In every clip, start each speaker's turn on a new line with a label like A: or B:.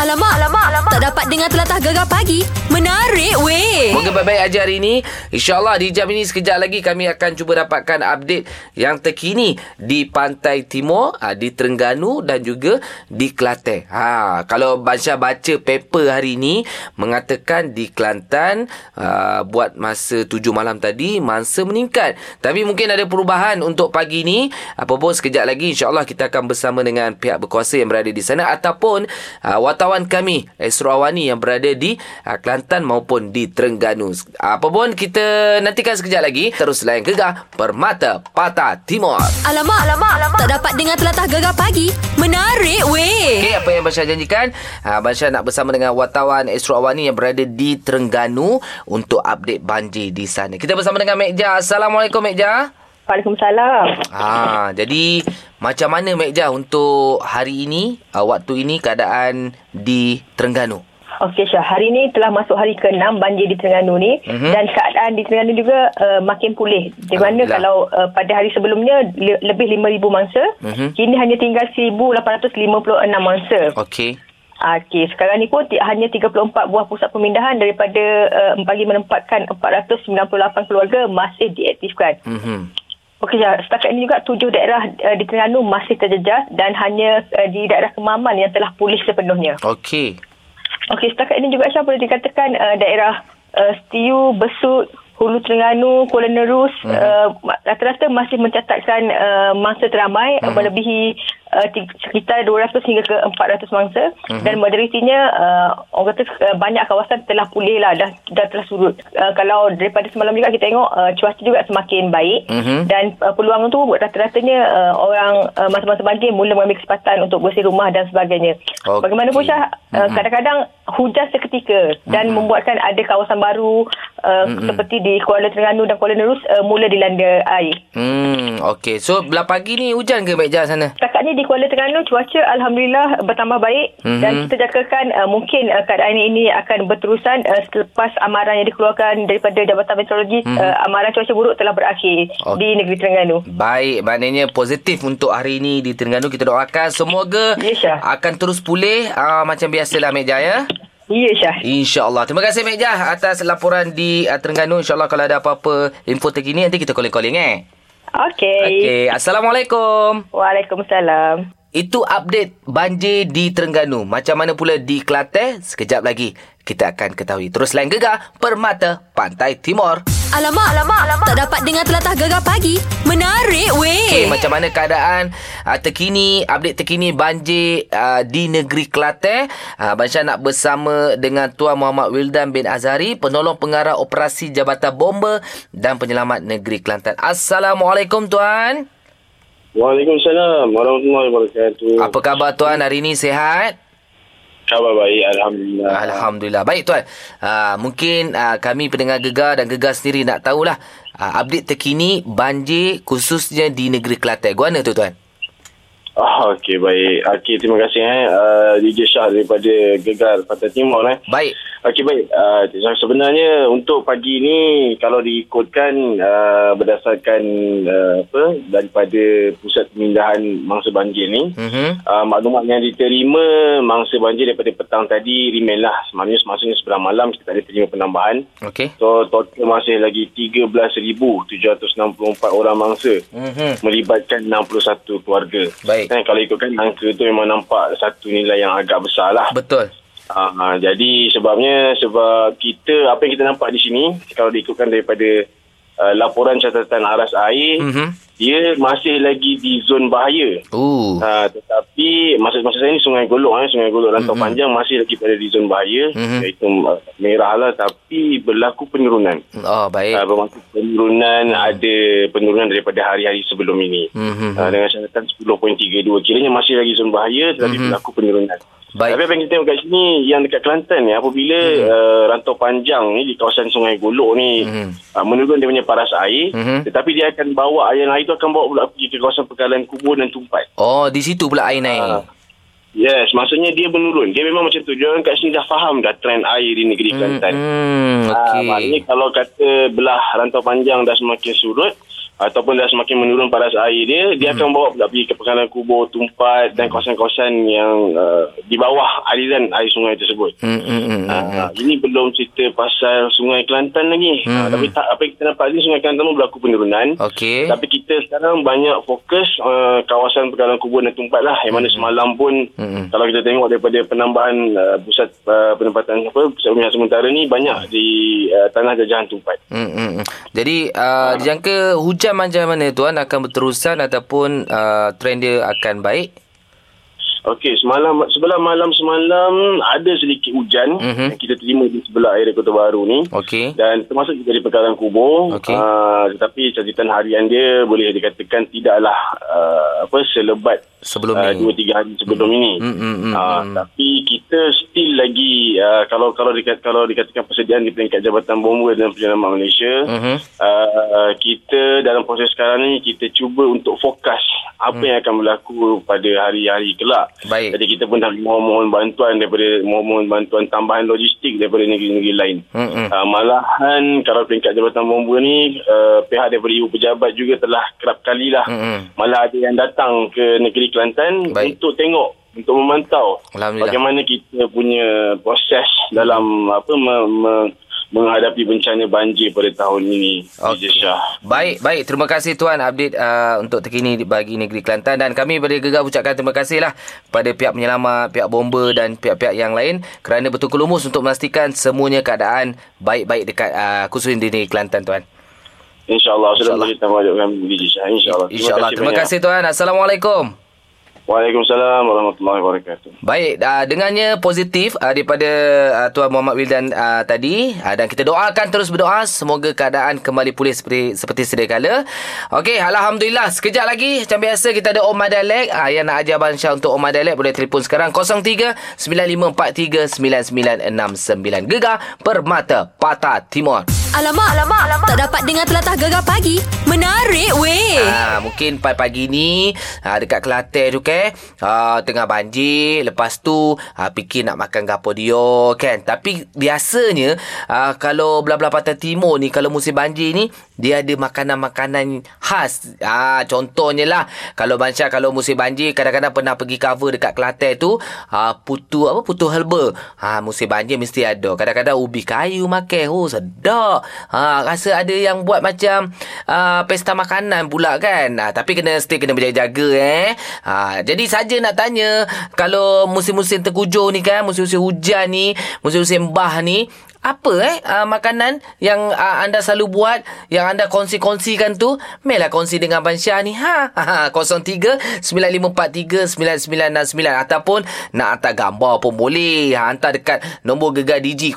A: Alamak, alamak, alamak. Tak dapat dengar telatah gegar pagi. Menarik weh.
B: Moga baik-baik aja hari ini. InsyaAllah di jam ini sekejap lagi kami akan cuba dapatkan update yang terkini di Pantai Timur, ah, di Terengganu dan juga di Kelantan. Ha, kalau Bansha baca paper hari ini mengatakan di Kelantan ah, buat masa 7 malam tadi mangsa meningkat. Tapi mungkin ada perubahan untuk pagi ini. Apa pun sekejap lagi insyaAllah kita akan bersama dengan pihak berkuasa yang berada di sana ataupun ah, wartawan kami Esro Awani yang berada di ah, Kelantan maupun di Terengganu. Ah, apa pun kita nantikan sekejap lagi. Terus layan gegar Permata Patah Timur.
A: Alamak, alamak, alamak. Tak dapat dengar telatah gegar pagi. Menarik weh.
B: Okey, apa yang Basya janjikan? Ha, Basya nak bersama dengan wartawan Esro Awani yang berada di Terengganu untuk update banjir di sana. Kita bersama dengan Mekja. Assalamualaikum Mekja.
C: Waalaikumsalam.
B: Ha, jadi macam mana Mekja untuk hari ini, uh, waktu ini keadaan di Terengganu?
C: Okey Syah, hari ni telah masuk hari ke-6 banjir di Terengganu ni
B: Mhm.
C: mm-hmm. dan keadaan di Terengganu juga uh, makin pulih. Di mana
B: Alhamdulillah.
C: kalau uh, pada hari sebelumnya le- lebih 5,000 mangsa,
B: Mhm.
C: mm-hmm. kini hanya tinggal 1,856 mangsa.
B: Okey.
C: Okey, sekarang ni pun ti- hanya 34 buah pusat pemindahan daripada uh, bagi menempatkan 498 keluarga masih diaktifkan.
B: Mhm.
C: Okey, ya. setakat ini juga tujuh daerah uh, di Terengganu masih terjejas dan hanya uh, di daerah Kemaman yang telah pulih sepenuhnya.
B: Okey.
C: Okey, setakat ini juga Aisyah boleh dikatakan uh, daerah uh, Setiu, Besut, Hulu Terengganu, Kuala Nerus hmm. uh, ma- rata-rata masih mencatatkan uh, mangsa teramai hmm. melebihi uh, ti- sekitar 200 hingga ke 400 mangsa hmm. dan majoritinya uh, orang kata uh, banyak kawasan telah pulih lah dah, dah telah surut. Uh, kalau daripada semalam juga kita tengok uh, cuaca juga semakin baik
B: Mhm.
C: dan uh, peluang tu rata-ratanya uh, orang uh, masa-masa banjir mula mengambil kesempatan untuk bersih rumah dan sebagainya.
B: Okey.
C: Bagaimanapun Syah,
B: Mhm.
C: uh, kadang-kadang hujan seketika dan membuatkan ada kawasan baru uh, seperti di Kuala Terengganu dan Kuala Nerus uh, mula dilanda air.
B: Hmm, okey. So, belah pagi ni hujan ke Mekja sana?
C: Setakat ni di Kuala Terengganu cuaca alhamdulillah bertambah baik
B: Mhm.
C: mm-hmm. dan kita jangkakan uh, mungkin uh, keadaan ini akan berterusan uh, selepas amaran yang dikeluarkan daripada Jabatan Meteorologi mm-hmm. uh, amaran cuaca buruk telah berakhir
B: Okey.
C: di negeri Terengganu.
B: Baik, maknanya positif untuk hari ini di Terengganu kita doakan semoga
C: Ya, Syah.
B: akan terus pulih uh, macam biasalah Mek Jaya.
C: Ya Syah.
B: InsyaAllah. Terima kasih Mek Jah atas laporan di uh, Terengganu. InsyaAllah kalau ada apa-apa info terkini nanti kita calling-calling eh.
C: Okey. Okay.
B: Okey, Assalamualaikum.
C: Waalaikumsalam.
B: Itu update banjir di Terengganu. Macam mana pula di Kelantan? Sekejap lagi kita akan ketahui. Terus lain gegar Permata Pantai Timur.
A: Alamak, alamak, alamak. Tak dapat dengar telatah gegar pagi. Menarik weh.
B: Okay, macam mana keadaan uh, terkini, update terkini banjir uh, di negeri Kelantan. Uh, Bansyah nak bersama dengan Tuan Muhammad Wildan bin Azhari, penolong pengarah operasi Jabatan Bomber dan Penyelamat Negeri Kelantan. Assalamualaikum Tuan.
D: Waalaikumsalam warahmatullahi wabarakatuh.
B: Apa khabar Tuan hari ini sihat?
D: Khabar baik alhamdulillah.
B: Ah, Alhamdulillah. Baik Tuan, uh, mungkin uh, kami pendengar Gegar dan Gegar sendiri nak tahulah uh, update terkini banjir khususnya di negeri Kelantan. Guana tu Tuan?
D: Ah, okey baik. Okey terima kasih eh uh, DJ Shah daripada Gegar Pantai Timur eh.
B: Baik.
D: Okey baik. Uh, sebenarnya untuk pagi ni kalau diikutkan uh, berdasarkan uh, apa daripada pusat pemindahan mangsa banjir ni
B: Mhm.
D: Uh, maklumat yang diterima mangsa banjir daripada petang tadi remainlah. Maksudnya, maksudnya sebelah malam kita tak ada terima penambahan.
B: Okey.
D: So total masih lagi 13,764 orang mangsa
B: Mhm.
D: melibatkan 61 keluarga.
B: Baik.
D: Eh, kalau ikutkan angka tu memang nampak satu nilai yang agak besar lah.
B: Betul.
D: Ah, jadi sebabnya sebab kita apa yang kita nampak di sini kalau diikutkan daripada uh, laporan catatan aras air
B: Mhm.
D: dia masih lagi di zon bahaya.
B: Ooh.
D: Ha, tetapi maksud maksud saya ni Sungai Golok eh, Sungai Golok Rantau mm-hmm. Panjang masih lagi pada di zon bahaya
B: Mhm.
D: mm-hmm. iaitu uh, merah lah tapi berlaku penurunan.
B: Oh, baik.
D: Uh, bermaksud penurunan
B: Hmm.
D: ada penurunan daripada hari-hari sebelum ini.
B: Mhm.
D: Uh, dengan syaratan 10.32 kiranya masih lagi zon bahaya tetapi
B: Mhm.
D: berlaku penurunan.
B: Baik. Hmm,
D: Tapi apa yang kita tengok kat sini yang dekat Kelantan ni apabila uh, rantau panjang ni di kawasan Sungai Golok ni
B: Mhm.
D: uh, menurun dia punya paras air
B: Mhm.
D: tetapi dia akan bawa air air tu akan bawa pula pergi ke kawasan pekalan kubur dan tumpat.
B: Oh, di situ pula air naik.
D: Ah. Yes, maksudnya dia menurun. Dia memang macam tu. Dia orang kat sini dah faham dah trend air di negeri Kelantan.
B: Hmm,
D: Ah,
B: okey.
D: maknanya kalau kata belah rantau panjang dah semakin surut, ataupun dah semakin menurun paras air dia dia
B: Hmm.
D: akan bawa pula pergi ke pekanan kubur tumpat dan kawasan-kawasan yang uh, di bawah aliran air sungai tersebut
B: Hmm, hmm, hmm,
D: Ha,
B: hmm. Hmm,
D: ha, ini belum cerita pasal Sungai Kelantan lagi. Ha, tapi tak, apa yang kita nampak ni Sungai Kelantan pun berlaku penurunan.
B: Okey.
D: Tapi kita sekarang banyak fokus uh, kawasan pergalaman kubur dan tumpat lah. Yang mana semalam pun hmm. kalau kita tengok daripada penambahan uh, pusat uh, penempatan apa pusat pemilihan sementara ni banyak di uh, tanah jajahan tumpat.
B: Hmm, hmm. hmm. Jadi
D: Ah.
B: uh, dijangka hujan macam mana tuan akan berterusan ataupun uh, trend dia akan baik?
D: Okey, semalam sebelah malam semalam ada sedikit hujan
B: Mhm.
D: mm-hmm. yang kita terima di sebelah area Kota Baru ni.
B: Okey.
D: Dan termasuk juga di perkalaan kubur.
B: Okey.
D: Uh, tetapi catatan harian dia boleh dikatakan tidaklah uh, apa selebat
B: Sebelum
D: uh,
B: ni.
D: dua tiga hari sebelum ini.
B: Mm, mm, mm,
D: uh, tapi kita still lagi uh, kalau kalau dikat, kalau dikatakan persediaan di peringkat Jabatan Bomba dan Penyelamat Malaysia,
B: Mhm.
D: uh, kita dalam proses sekarang ni kita cuba untuk fokus apa yang akan berlaku pada hari-hari kelak.
B: Hmm. Baik.
D: Jadi kita pun dah mohon-mohon bantuan daripada mohon-mohon bantuan tambahan logistik daripada negeri-negeri lain.
B: Mm-mm.
D: Uh, malahan kalau peringkat Jabatan Bomba ni uh, pihak daripada ibu pejabat juga telah kerap kali lah.
B: Mm-mm.
D: Malah ada yang datang ke negeri Kelantan
B: Baik.
D: untuk tengok untuk memantau
B: Alhamdulillah.
D: bagaimana kita punya proses dalam apa me, me, menghadapi bencana banjir pada tahun ini
B: Okey.
D: okay. Syah.
B: Baik, baik. Terima kasih tuan update uh, untuk terkini di- bagi negeri Kelantan dan kami dari Gegar ucapkan terima kasihlah kepada pihak penyelamat, pihak bomba dan pihak-pihak yang lain kerana bertukar lumus untuk memastikan semuanya keadaan baik-baik dekat uh, khususnya di negeri Kelantan tuan.
D: InsyaAllah sudah
B: InsyaAllah.
D: boleh tamadukkan diri Syah. InsyaAllah.
B: Insya-Allah. Ya Terima kasih tuan. Assalamualaikum.
D: banyak. Waalaikumsalam warahmatullahi wabarakatuh.
B: Baik, uh, dengannya positif uh, daripada uh, Tuan Muhammad Wildan uh, tadi uh, dan kita doakan terus berdoa semoga keadaan kembali pulih seperti seperti sedia kala. Okey, alhamdulillah. Sekejap lagi macam biasa kita ada Omar Dalek uh, yang nak ajar Abang Syah untuk Omar Dalek boleh telefon sekarang 03 9543 9969 Gegar Permata Patah Timur.
A: Alamak, alamak, alamak. Tak dapat dengar telatah gegar pagi. Menarik weh.
B: Ha, mungkin pagi-pagi ni ha, dekat Kelantan tu ke ha, tengah banjir lepas tu ha, fikir nak makan gapo dia kan tapi biasanya ha, kalau belah-belah pantai timur ni kalau musim banjir ni dia ada makanan-makanan khas ha, contohnya lah kalau Bansyah kalau musim banjir kadang-kadang pernah pergi cover dekat Kelantan tu ha, putu apa putu herba ha, musim banjir mesti ada kadang-kadang ubi kayu makan oh sedap ha, rasa ada yang buat macam uh, pesta makanan pula kan. Ah tapi kena stay kena berjaga-jaga eh. Ah jadi saja nak tanya kalau musim-musim terkujur ni kan, musim-musim hujan ni, musim-musim bah ni, apa eh uh, makanan yang uh, anda selalu buat yang anda kongsi-kongsikan tu melah kongsi dengan Abang Syah ni ha 03 9543 ataupun nak hantar gambar pun boleh ha, hantar dekat nombor gegar DG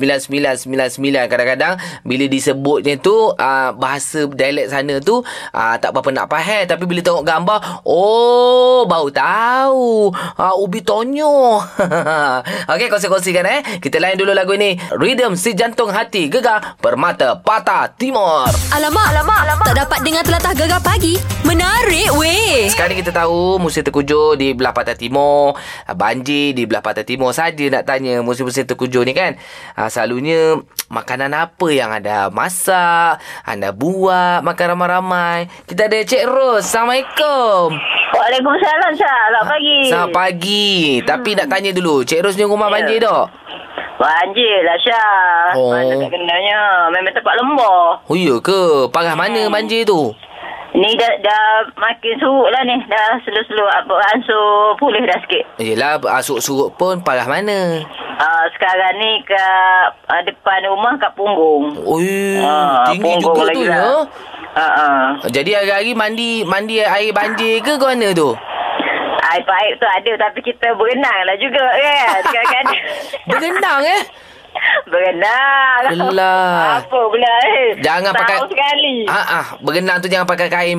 B: 0167369999 kadang-kadang bila disebutnya tu uh, bahasa dialek sana tu uh, tak apa-apa nak faham tapi bila tengok gambar oh baru tahu uh, ubi tonyo okey kongsi-kongsikan eh kita lain dulu lagu ni rhythm si jantung hati gegar permata patah timur
A: Alamak, alamak, alamak. Tak dapat dengar telatah gegar pagi. Menarik weh.
B: Sekarang kita tahu musim terkujur di belah pantai timur, ah, banjir di belah pantai timur saja nak tanya musim-musim terkujur ni kan. ah, Selalunya makanan apa yang anda masak, anda buat, makan ramai-ramai. Kita ada Cik Ros. Assalamualaikum.
E: Waalaikumsalam Syah.
C: Ha.
E: Selamat pagi.
C: Eh.
B: Selamat pagi. Tapi nak tanya dulu, Cik Ros ni rumah
E: Ya.
B: banjir tak?
E: Banjir lah Syah.
B: Oh.
E: Mana tak kenanya. Memang tempat lembah.
B: Oh iya ke? Parah mana
E: Hmm.
B: banjir tu?
E: Ni dah, dah makin surut lah ni. Dah selu-selu apa ansur pulih dah sikit.
B: Yelah, ah, surut-surut pun parah mana?
E: Uh, sekarang ni ke uh, depan rumah kat punggung. Ah,
B: Oi, Oh, ya, Hmm,
C: Ah,
B: tinggi juga tu
C: lah.
B: ya.
E: Ha ah.
B: Jadi hari-hari mandi mandi air banjir ke ke mana tu?
E: Air-air tu ada tapi kita berenang lah juga kan. Kadang-kadang
B: Bergendang eh?
E: berenang.
B: Alah.
E: Apa pula eh.
B: Jangan pakai
E: Tahun sekali.
B: Ah ah, berenang tu jangan pakai kain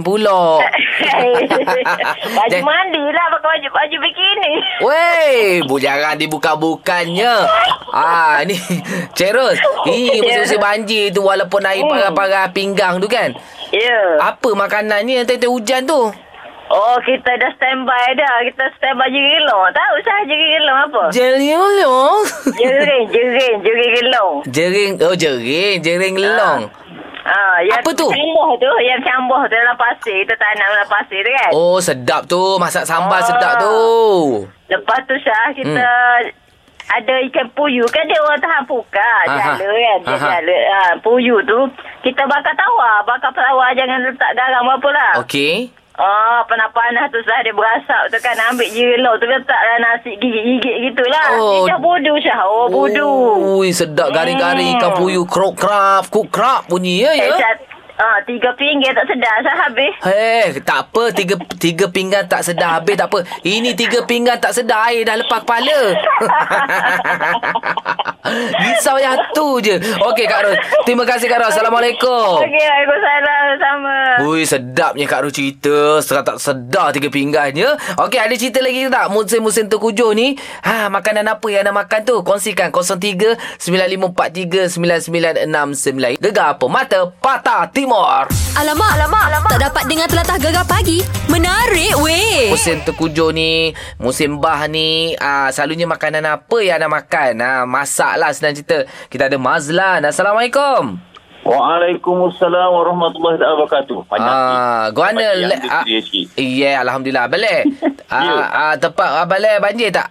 B: pula.
E: baju
B: Jangan-
E: mandi lah pakai baju baju bikini.
B: Wey, bu jangan dibuka-bukannya. Ah, ni Cik Ros.
E: Ya.
B: Ni musim-musim banjir tu walaupun
E: Hmm.
B: air parah-parah pinggang tu kan.
E: Ya. Yeah.
B: Apa makanannya tengah hujan tu?
E: Oh, kita dah standby dah. Kita standby jeri gelong. Tahu sah jeri gelong apa?
B: Jering long.
E: Ya. Jering, jering, jeri gelong.
B: Jering, oh jering, jering long.
E: Ah, yang
A: Apa tu?
E: cambuh tu, yang cambuh tu dalam pasir, kita tanam dalam pasir tu kan.
B: Oh, sedap tu. Masak sambal
E: Ah.
B: sedap tu.
E: Lepas tu Syah, kita
B: Hmm.
E: ada ikan puyu kan dia orang tahan puka,
B: Aha.
E: jala kan. Dia
B: Aha.
E: jala. Ha, puyu tu, kita bakar tawar. Bakar tawar jangan letak garam apa lah.
B: Okey.
E: Oh, panas-panas tu Syah dia berasap tu kan ambil jirau tu letak dalam nasi gigit-gigit gitulah.
B: Oh.
E: Oh. Dia budu Syah. Oh, budu.
B: Ui, sedap garing-garing
E: Hmm.
B: ikan puyuh krok krap, kuk krap bunyi ya
E: Eh,
B: ya.
E: Syah, ah, tiga pinggir tak sedar Syah habis.
B: Heh, Eh, tak apa tiga tiga pinggan tak sedar habis tak apa. Ini tiga pinggan tak sedar air dah lepas kepala. Risau yang tu je. Okey Kak Ros. Terima kasih Kak Ros. Assalamualaikum.
E: Okey, Waalaikumsalam sama.
B: Ui, sedapnya Kak Ros cerita. Serah tak sedar tiga pinggannya. Okey, ada cerita lagi tak? Musim-musim terkujur ni. Ha, makanan apa yang nak makan tu? Kongsikan 03-9543-9969. Gegar Pemata Patah Timur.
A: Alamak, alamak, alamak. Tak dapat dengar telatah gegar pagi. Menarik weh.
B: Musim terkujur ni Musim bah ni ah, Selalunya makanan apa yang anda makan ah, Masak lah senang cerita Kita ada Mazlan Assalamualaikum
F: Waalaikumsalam warahmatullahi wabarakatuh.
B: ah, Guana le- ah, Ya Alhamdulillah Balik ah, ah, Tempat ah, balik banjir tak?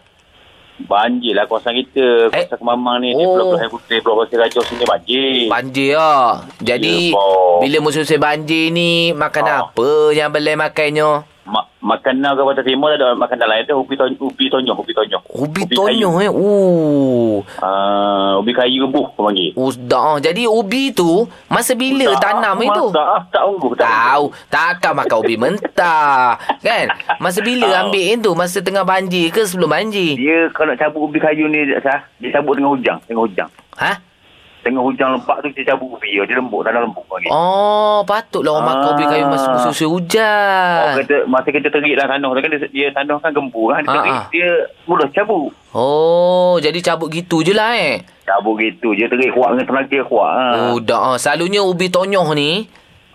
F: Banjir lah kawasan kita.
B: Eh.
F: Kawasan Kemamang ni.
B: Oh.
F: Oh. Pulau Pulau Putih, Pulau Pasir Raja sini banjir.
B: Banjir lah Jadi
F: Ya, Pak.
B: Bila musim-musim banjir ni Makan
F: Ah.
B: apa yang balik makannya?
F: Ma- makanan ke Pantai Timur ada makanan lain tu. Ubi, ton- ubi tonyoh. Ubi tonyoh.
B: Ubi
F: kayu.
B: tonyo eh Uh.
F: Ah, ubi kayu rebuh kau panggil.
B: Udah. Jadi ubi tu Masa bila tanam itu?
F: Tak, ah, tak ungguh. Tak
B: Tahu Takkan makan ubi mentah Kan Masa bila ambil yang tu Masa tengah banjir ke sebelum banjir
F: Dia kalau nak cabut ubi kayu ni, sah, dia cabut tengah hujang. Tengah hujang.
B: Ha?
F: Tengah hujang lempak tu dia cabut ubi. Dia lembut, tanah lembut. Panggil.
B: Oh Patutlah orang makan ubi kayu Masa
F: Ah. Oh,
B: musim-musim
F: Orang
B: hujan
F: kata masa kita terik lah tanah tu kan dia, dia tanah kan gembur kan dia
B: Ah,
F: terik
B: ah.
F: dia mudah cabut.
B: Oh Jadi cabut gitu je lah eh
F: Cabut gitu je terik kuat dengan tenaga kuat. Ha.
B: Oh dah ah. Selalunya ubi tonyoh ni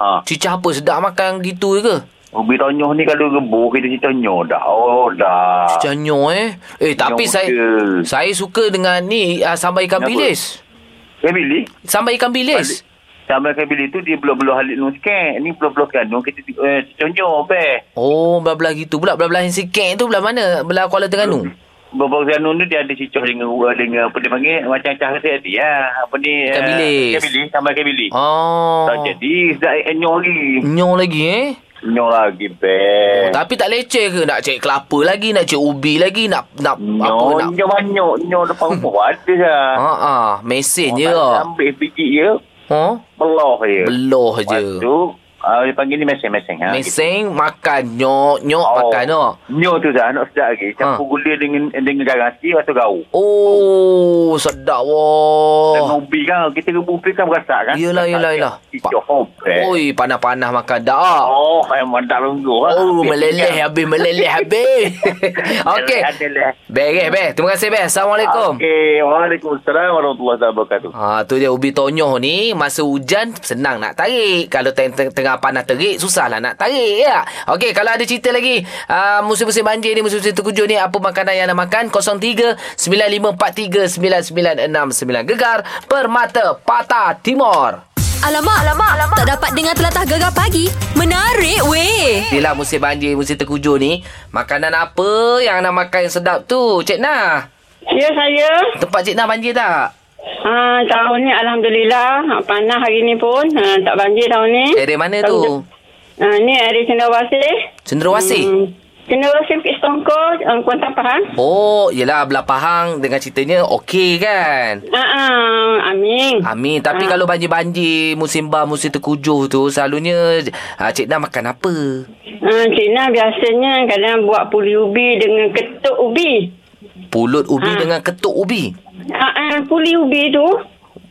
F: ha.
B: Cicah apa sedap makan gitu je
F: Ah.
B: ke
F: Ubi tonyoh ni kalau gembur kita cerita nyoh dah. Oh dah.
B: Cicah nyoh eh Eh tapi
F: Nyoh
B: saya
F: muda.
B: Saya suka dengan ni ah, Sambal ikan
F: Kenapa?
B: bilis
F: Saya pilih.
B: Sambal ikan bilis
F: Sama kan pilih tu dia belah-belah halik nun sikit. Ni belah-belah kan nun kita eh, nyoh beh.
B: Oh belah-belah gitu pula Belah-belah yang sikit tu belah mana Belah Kuala Terengganu
F: Hmm. Bapak Zanun tu dia ada cicah dengan dengan apa dia panggil macam cah kata tadi ya. Apa ni?
B: Ikan
F: eh,
B: bilis.
F: Ikan bilis sama ikan bilis.
B: Oh.
F: Tak jadi sedap eh, nyoh lagi.
B: Nyong lagi eh.
F: Nyoh lagi
B: Oh,
F: beh.
B: tapi tak leceh ke nak cek kelapa lagi, nak cek ubi lagi, nak nak apa
F: Nyo,
B: nak.
F: nyo banyak. Nyo depan rumah ada lah.
B: Ha ah, mesin je.
F: Ambil biji je,
B: Ha?
F: belah je.
B: Beloh je.
F: Lepas tu, uh, dia panggil ni meseng-meseng. Ha,
B: Mesin makan nyok nyok
F: Gitu.
B: makan oh. no.
F: Nyo tu dah, nak sedap lagi. Campur
B: Ha.
F: gula dengan dengan garasi, lepas tu gaul.
B: Oh, sedap
F: Dengan
B: wah.
F: ubi kan, kita rebus ubi kan berasak kan.
B: Oh. Yelah, yelah, yelah.
F: Hijau, hopek.
B: Oi, panah-panah makan dah.
F: eh. Oh, memang tak lungguh.
B: Oh, meleleh habis, meleleh habis. Okey.
F: Meleleh.
B: Beres, beres. Terima kasih, beres. Assalamualaikum.
F: lah. Okey, Waalaikumsalam warahmatullahi wabarakatuh.
B: Ha tu dia ubi tonyoh ni masa hujan senang nak tarik. Kalau teng- teng- tengah panas terik susahlah nak tarik ya. Okey kalau ada cerita lagi uh, musim-musim banjir ni musim-musim terkujur ni apa makanan yang nak makan 0395439969 gegar permata patah timur.
A: Alamak, alamak, alamak. Tak dapat dengar telatah gegar pagi. Menarik weh.
B: Bila musim banjir musim terkujur ni makanan apa yang nak makan yang sedap tu Cik Nah?
G: Ya saya
B: Tempat Cik Nah banjir tak?
G: ha, Tahun ni Alhamdulillah ha, Panas hari ni pun ha, Tak banjir tahun ni
B: Area Eh, mana tu?
G: ha, Ni area Cendrawasih
B: Cenderawasih.
G: Cendrawasih Hmm. Bukit Setongkol um, Kuantan Pahang
B: Oh, yelah belah Pahang dengan ceritanya okey kan?
G: ha, ha, Amin
B: Amin. Tapi
G: Ah.
B: kalau banjir-banjir musim bah, musim terkujur tu selalunya uh, Cik Nah makan apa?
G: ha, Cik Nah biasanya Kadang buat puli ubi Dengan ketuk ubi
B: Pulut ubi
G: Ah.
B: dengan ketuk ubi.
G: ha, ha, Puli ubi tu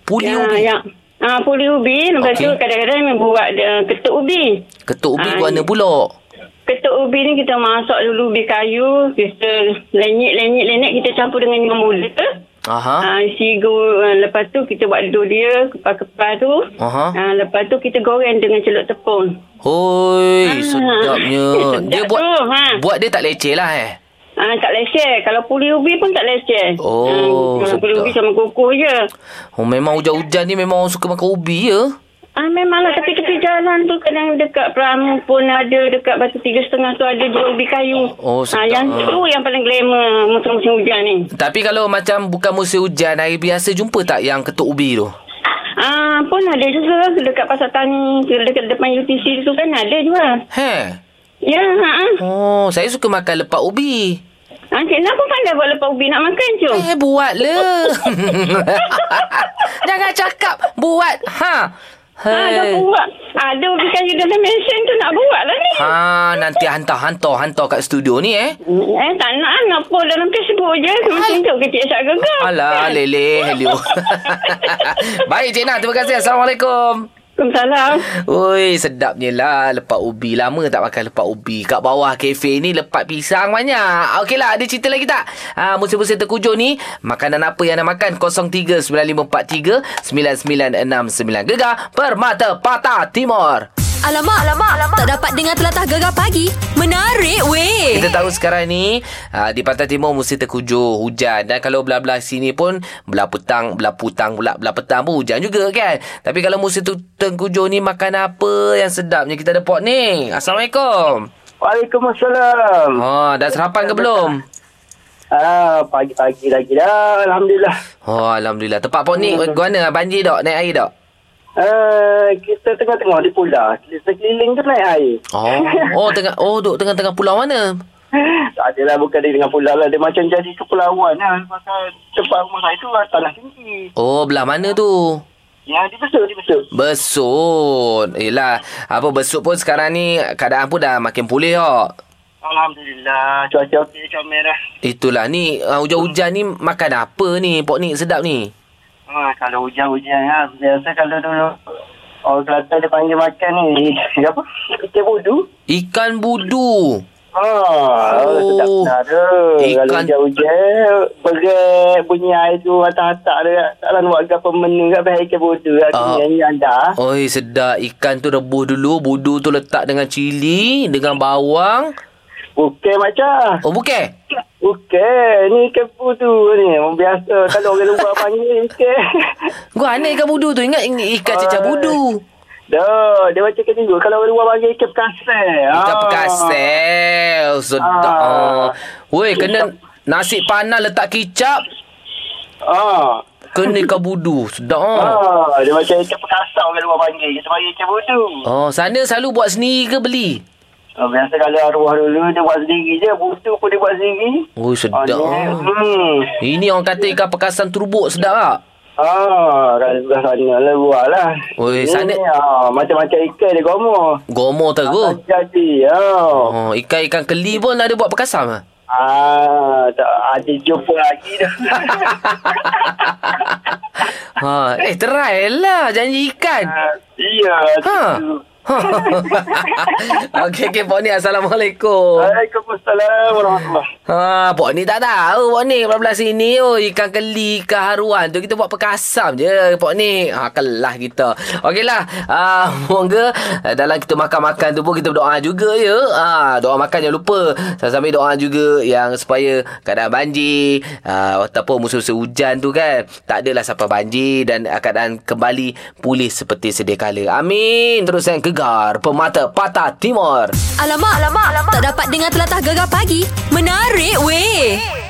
B: Puli
G: yang,
B: ubi.
G: yang, ha, Puli ubi Lepas
B: Okey.
G: tu kadang-kadang memang buat uh, ketuk ubi
B: Ketuk ubi
G: Ah,
B: warna
G: ya.
B: bulak.
G: Ketuk ubi ni kita masak dulu ubi kayu, kita lenyek-lenyek-lenyek kita campur dengan yang muda.
B: Aha.
G: Ha? isi go, ah, lepas tu kita buat dulu dia, kepal-kepal tu.
B: Aha.
G: Ah, lepas tu kita goreng dengan celup tepung. Ah,
B: Hoi, sedapnya.
G: sedap
B: Dia buat
G: tu, ha.
B: buat dia tak leceh lah eh.
G: Ah, tak leceh. Kalau puli ubi pun tak leceh. Ah,
B: Oh,
G: kalau puli
B: sedap.
G: ubi sama kuku je.
B: Oh, memang hujan-hujan ni memang orang suka makan ubi ya.
G: Ah, memanglah tepi-tepi jalan tu kadang dekat Peramu pun ada, dekat Batu Tiga Setengah tu ada jual ubi kayu.
B: Oh, sedap.
G: ah, yang tu yang paling glamour musim-musim hujan ni.
B: Tapi kalau macam bukan musim hujan, hari biasa jumpa tak yang ketuk ubi tu?
G: Ah, pun ada juga dekat Pasar Tani, dekat depan UTC tu kan ada juga.
B: Heh.
G: Ya, ha. ah.
B: Oh, saya suka makan lepak ubi.
G: Ah, Cik Nah pun pandai buat lepas ubi nak makan, Cung.
B: Eh, buat le. Jangan cakap buat. Ha.
G: Ha, dah
B: Hei.
G: buat. Ah, Ada ubi kayu dalam mesin tu nak buat lah ni.
B: Ha, nanti hantar-hantar-hantar kat studio ni eh.
G: Eh, tak nak ah, nak post dalam Facebook je. Macam tu kecil syak gegar.
B: Alah, leleh, helio. Baik, Cik Nah. Terima kasih. Assalamualaikum.
G: Assalamualaikum.
B: Oi, sedapnya lah lepak ubi. Lama tak makan lepak ubi. Kat bawah kafe ni lepak pisang banyak. Okey lah, ada cerita lagi tak? Ha, musim-musim terkujur ni, makanan apa yang nak makan? 0395439969 Gegar Permata Patah Timur.
A: Alamak, alamak, alamak. Tak dapat dengar telatah gegar pagi. Menarik weh.
B: Kita tahu sekarang ni uh, Di Pantai Timur mesti terkujur hujan Dan kalau belah-belah sini pun Belah petang, belah putang pula Belah petang pun hujan juga kan Tapi kalau musim tu terkujur ni Makan apa yang sedapnya kita ada pot ni Assalamualaikum
H: Waalaikumsalam.
B: Oh, dah sarapan ke belum?
H: Ah, pagi-pagi lagi dah. Alhamdulillah.
B: Oh, Alhamdulillah. Tempat pot ni, guana banjir tak? Naik air tak?
H: Uh, kita tengah-tengah di pula. Kita keliling tu naik air.
B: Oh, oh tengah oh duk tengah-tengah pulau mana?
H: Tak adalah bukan dia dengan pulau lah. Dia macam jadi kepulauan lah. Pasal tempat rumah saya tu lah, tanah tinggi.
B: Oh, belah mana tu?
H: Ya, dia besuk, dia besuk.
B: Besut. Yelah, apa besut pun sekarang ni keadaan pun dah makin pulih tak?
H: Alhamdulillah. Cuaca okey, kamera.
B: Itulah ni uh, hujan-hujan ni makan apa ni? Pok ni sedap ni.
H: Ah, kalau hujan-hujan lah. Biasa kalau dulu orang Kelantan dia panggil makan ni. Apa? Kita bodoh.
B: Ikan budu.
H: Ah,
B: Oh.
H: oh, sedap saudara.
B: Ikan-
H: Kalau hujan-hujan, berek bunyi air tu atas-atas dia. Takkan buat apa menu kat bahaya ikan bodoh. Aku
B: Ah.
H: uh. nyanyi anda.
B: Oi, sedap. Ikan tu rebus dulu, budu tu letak dengan cili, dengan bawang.
H: Okey macam.
B: Oh, bukan?
H: Okey, ni ikan bodoh ni. Orang Biasa kalau orang luar panggil ikan.
B: Gua aneh
H: kan
B: ikan budu tu. Ingat ikan cecah budu.
H: Dah, dia macam ikan juga. Kalau orang luar panggil ikan Ah. perkasai.
B: Ikan perkasel. Sedap.
H: Ah.
B: Woi, kena nasi panas letak kicap.
H: Ah.
B: Kena ikan budu. Sedap. Oh.
H: Ah, dia macam ikan perkasau orang luar panggil. Kita panggil ikan bodoh.
B: oh, sana selalu buat sendiri ke beli?
H: Ah, Biasa kalau arwah dulu dia buat sendiri je. Bodoh pun dia buat sendiri.
B: Oi, Oh, sedap.
H: Ah, ni, hmm.
B: Ini orang kata ikan pekasan terubuk sedap tak?
H: Ah, kat sebelah sana lah buat lah.
B: Oi,
H: Ni,
B: sana-
H: ah, macam-macam ikan dia gomor.
B: Gomor
H: Oh.
B: teruk.
H: Jadi,
B: Oh,
H: ah.
B: ikan-ikan keli pun ada buat pekasam ah.
H: Ah, tak ada jumpa lagi dah.
B: ha, eh try lah janji ikan.
H: Ah, ya,
B: Ha.
H: tu.
B: Okey, okey, Pok ni. Assalamualaikum.
H: Waalaikumsalam warahmatullahi
B: Ha, Pok ni tak tahu. Pok ni, belah-belah sini. Oh, ikan keli, ikan haruan tu. Kita buat perkasam je, Pok ni. Ha, kelah kita. Okeylah. Ah, moga ah, dalam kita makan-makan tu pun kita berdoa juga ya. Ah, doa makan jangan lupa. Sambil doa juga yang supaya keadaan banjir, ah, ataupun musim-musim hujan tu kan. Tak adalah sampai banjir dan ah, keadaan kembali pulih seperti sedia kala. Amin. Terus yang kegar. Pemata Patah Timur.
A: Alamak, alamak, alamak. Tak dapat dengar telatah gegar pagi. Menarik weh.